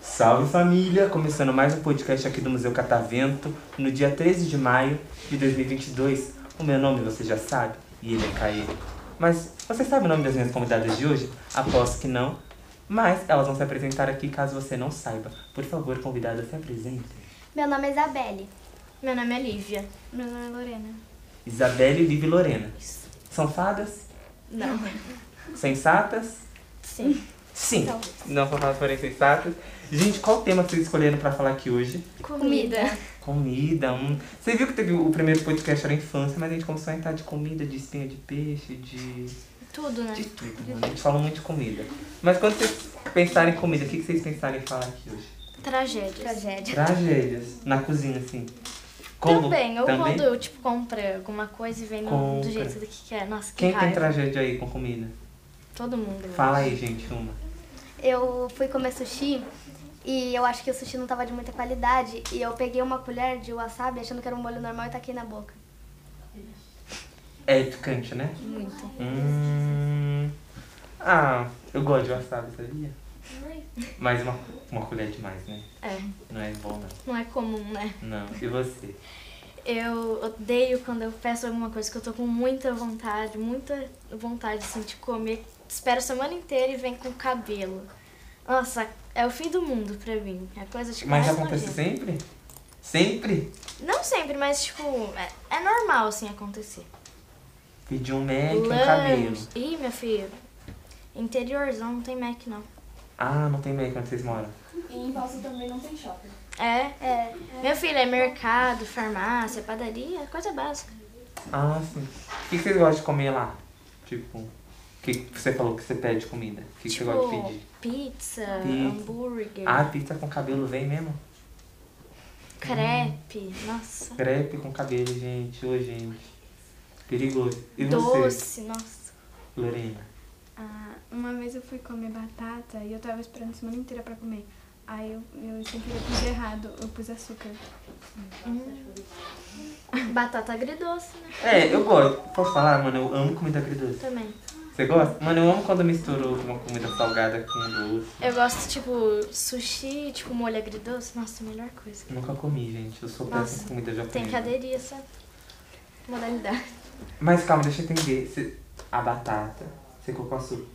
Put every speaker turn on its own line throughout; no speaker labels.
Salve família! Começando mais um podcast aqui do Museu Catavento, no dia 13 de maio de 2022. O meu nome você já sabe, e ele é Caê. Mas você sabe o nome das minhas convidadas de hoje? Aposto que não. Mas elas vão se apresentar aqui caso você não saiba. Por favor, convidada, se apresente.
Meu nome é Isabelle.
Meu nome é Lívia.
Meu nome é Lorena.
Isabelle, Liv e Lorena. São fadas?
Não.
Sensatas?
Sim.
Sim. Não são fadas, porém sensatas. Gente, qual tema vocês escolheram pra falar aqui hoje?
Comida.
Comida, hum. Você viu que teve o primeiro podcast era infância, mas a gente começou a entrar de comida, de espinha de peixe, de.
Tudo, né?
de tudo, mano. A gente fala muito de comida. Mas quando vocês pensarem em comida, o que que vocês pensaram em falar aqui hoje?
Tragédias.
Tragédia.
Tragédias. Na cozinha, assim. Como?
Também, ou quando eu, tipo, compra alguma coisa e vem do-
Compra.
do jeito do que quer. Nossa, que
Quem tem
raiva.
tragédia aí com comida?
Todo mundo.
Fala aí, gente, uma.
Eu fui comer sushi e eu acho que o sushi não tava de muita qualidade. E eu peguei uma colher de wasabi achando que era um molho normal e taquei na boca.
É picante, né?
Muito.
Hum. Ah, eu gosto de wasabi, sabia? Mas uma, uma colher é demais, né?
É,
Não é bom, não.
não é comum, né?
Não. E você?
Eu odeio quando eu peço alguma coisa que eu tô com muita vontade, muita vontade, assim, de comer. Espero a semana inteira e vem com cabelo. Nossa, é o fim do mundo pra mim. É a coisa, tipo,
Mas
mais
acontece
nojenta.
sempre? Sempre?
Não sempre, mas, tipo, é, é normal, assim, acontecer.
Pedir um Mac e um
Lanche.
cabelo.
Ih, meu filho. Interiorzão, não tem Mac, não.
Ah, não tem Mac onde vocês moram.
E em Boston também não tem shopping.
É.
É,
Meu filho, é mercado, farmácia, padaria, coisa básica.
Ah, sim. O que que vocês gostam de comer lá? Tipo, o que que você falou que você pede comida? O que que você gosta de
tipo,
pedir?
pizza,
Pizza.
hambúrguer,
Ah, pizza com cabelo vem mesmo?
crepe, nossa.
Crepe com cabelo, gente. Ô, gente. Perigoso. E você,
Doce, nossa.
Lorena?
Ah, uma vez eu fui comer batata e eu tava esperando a semana inteira pra comer. Aí eu, eu sem querer pus errado, eu pus açúcar.
Batata agridoce, né?
É, eu gosto. Posso falar, mano? Eu amo comida agridoce.
Também.
Você gosta? Mano, eu amo quando eu misturo uma comida salgada com doce.
Eu gosto, tipo, sushi, tipo, molho agridoce. Nossa, é a melhor coisa.
Nunca comi, gente. Eu sou péssimo
Nossa,
com comida japonesa.
Tem que aderir essa modalidade.
Mas calma, deixa eu entender. Você- A batata, você colocou açúcar.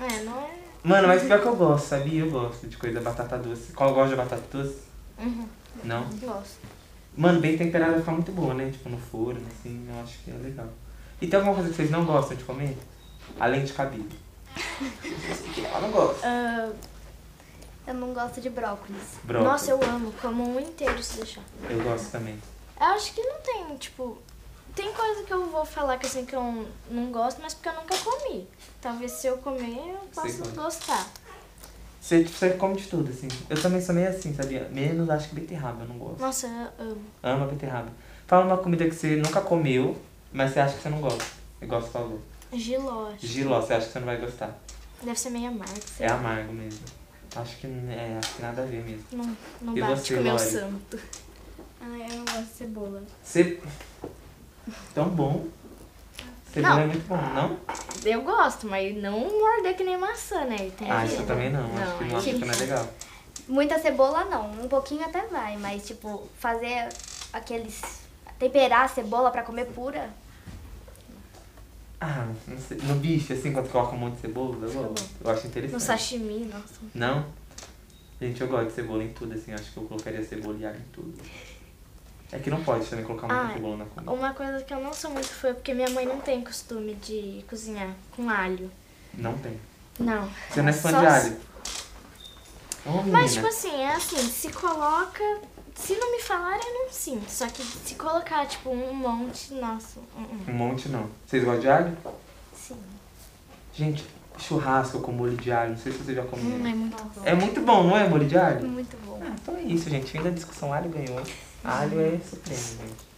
É, não é...
Mano, mas pior que eu gosto, sabia? Eu gosto de coisa batata doce. Qual gosta de batata doce?
Uhum,
Não?
gosto.
Mano, bem temperada fica muito boa, né? Tipo, no forno, assim, eu acho que é legal. E tem alguma coisa que vocês não gostam de comer? Além de cabelo. Ela não gosta.
Ah,
eu não gosto de brócolis.
Brócolis.
Nossa, eu amo. Como um inteiro se deixar.
Eu gosto também.
Eu acho que não tem, tipo. Tem coisa que eu vou falar que assim que eu não gosto, mas porque eu nunca comi. Talvez se eu comer, eu possa
come.
gostar.
Você, tipo, você come de tudo, assim. Eu também sou meio assim, sabia? Menos acho que beterraba, eu não gosto.
Nossa, eu amo.
Ama beterraba. Fala uma comida que você nunca comeu, mas você acha que você não gosta. Eu gosto de favor.
Giló. acho.
Giló, você acha que você não vai gostar.
Deve ser meio amargo. sei
É
lá.
amargo mesmo. Acho que é, acho que nada a ver mesmo.
Não, não
E
bate
você,
com o meu
Lori?
santo.
Ah, eu não gosto de cebola.
Você. Tão bom. Cebola é muito bom, não?
Eu gosto, mas não morder que nem maçã, né? Tem
ah,
ali,
isso eu
né?
também não. acho que não acho
aí-
que não é legal.
Muita cebola não, um pouquinho até vai, mas tipo, fazer aqueles. temperar a cebola pra comer pura.
Ah, não sei. No bife, assim, quando coloca um monte de cebola, eu gosto. Eu acho
No
interessante.
sashimi, nossa.
Não? Gente, eu gosto de cebola em tudo, assim. Acho que eu colocaria cebola e alho em tudo. É que não pode também colocar muita
Ah,
cebola na comida.
Uma coisa que eu não sou muito fã, é porque minha mãe não tem costume de cozinhar com alho.
Não tem.
Não.
Você não é fã
Ah, Só
de
se-
alho? Ô,
Mas, tipo
menina.
assim, é assim, se coloca. Se não me falar, eu não sinto. Só que se colocar, tipo, um monte, nossa. uh-uh.
Um monte não. Vocês gostam de alho?
Sim.
Gente, churrasco com molho de alho. Não sei se vocês já comeram.
Hum, é muito bom.
É muito bom, não é, molho de alho?
Muito bom.
Ah, então é isso, gente. Ainda a discussão alho ganhou, hein? Alho é supremo, gente.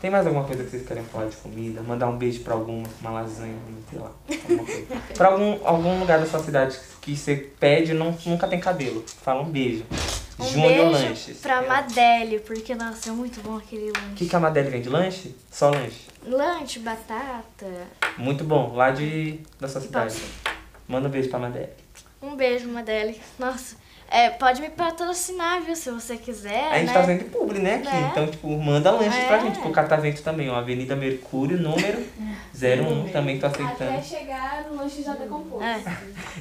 Tem mais alguma coisa que vocês querem falar de comida? Mandar um beijo pra alguma, uma lasanha, sei lá. Alguma coisa. pra algum, algum lugar da sua cidade que você pede e não, nunca tem cabelo. Fala um beijo.
Um
Júnior
beijo
Lanches.
pra
É.
Madele, porque, nossa, é muito bom aquele
O
lanche.
que, que a Madele vende? Lanche? Só lanche.
Lanche, batata.
Muito bom, lá de, da sua
E
cidade. Manda um beijo pra Madele.
Um beijo, Madele. Nossa, é, pode me patrocinar, viu, se você quiser,
a gente
né?
tá fazendo publi, né, aqui.
Né?
Então, tipo, manda lanche pra
É.
gente. Pro Catavento também, ó. Avenida Mercúrio, número 01. também tô
Até
aceitando.
chegar no lanche já decomposto.
É.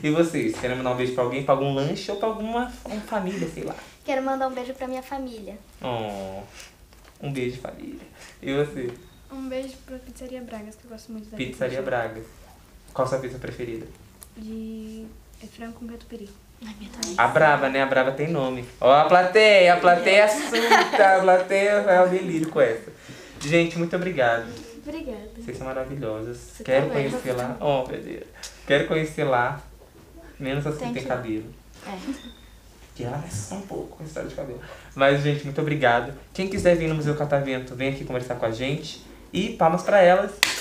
E vocês, querem mandar um beijo pra alguém, pra algum lanche ou pra alguma uma família, sei lá.
Quero mandar um beijo pra minha família.
Oh, um beijo, família. E você?
Um beijo pra Pizzaria Bragas, que eu gosto muito da
Pizzaria
um.
Braga. Qual sua pizza preferida?
De é frango com catupiry.
A Brava, né? A Brava tem nome. Ó, a plateia, a plateia assusta, a plateia vai ao delírio com essa. Gente, muito obrigado.
Obrigada.
Vocês são maravilhosas.
Você
Quero
também.
conhecer lá. Oh, meu Deus. Quero conhecer lá. Menos assim que
Tem
tem
que-
cabelo.
É.
Que ela é só um pouco com história de cabelo. Mas, gente, muito obrigado. Quem quiser vir no Museu Catavento, vem aqui conversar com a gente. E palmas pra elas.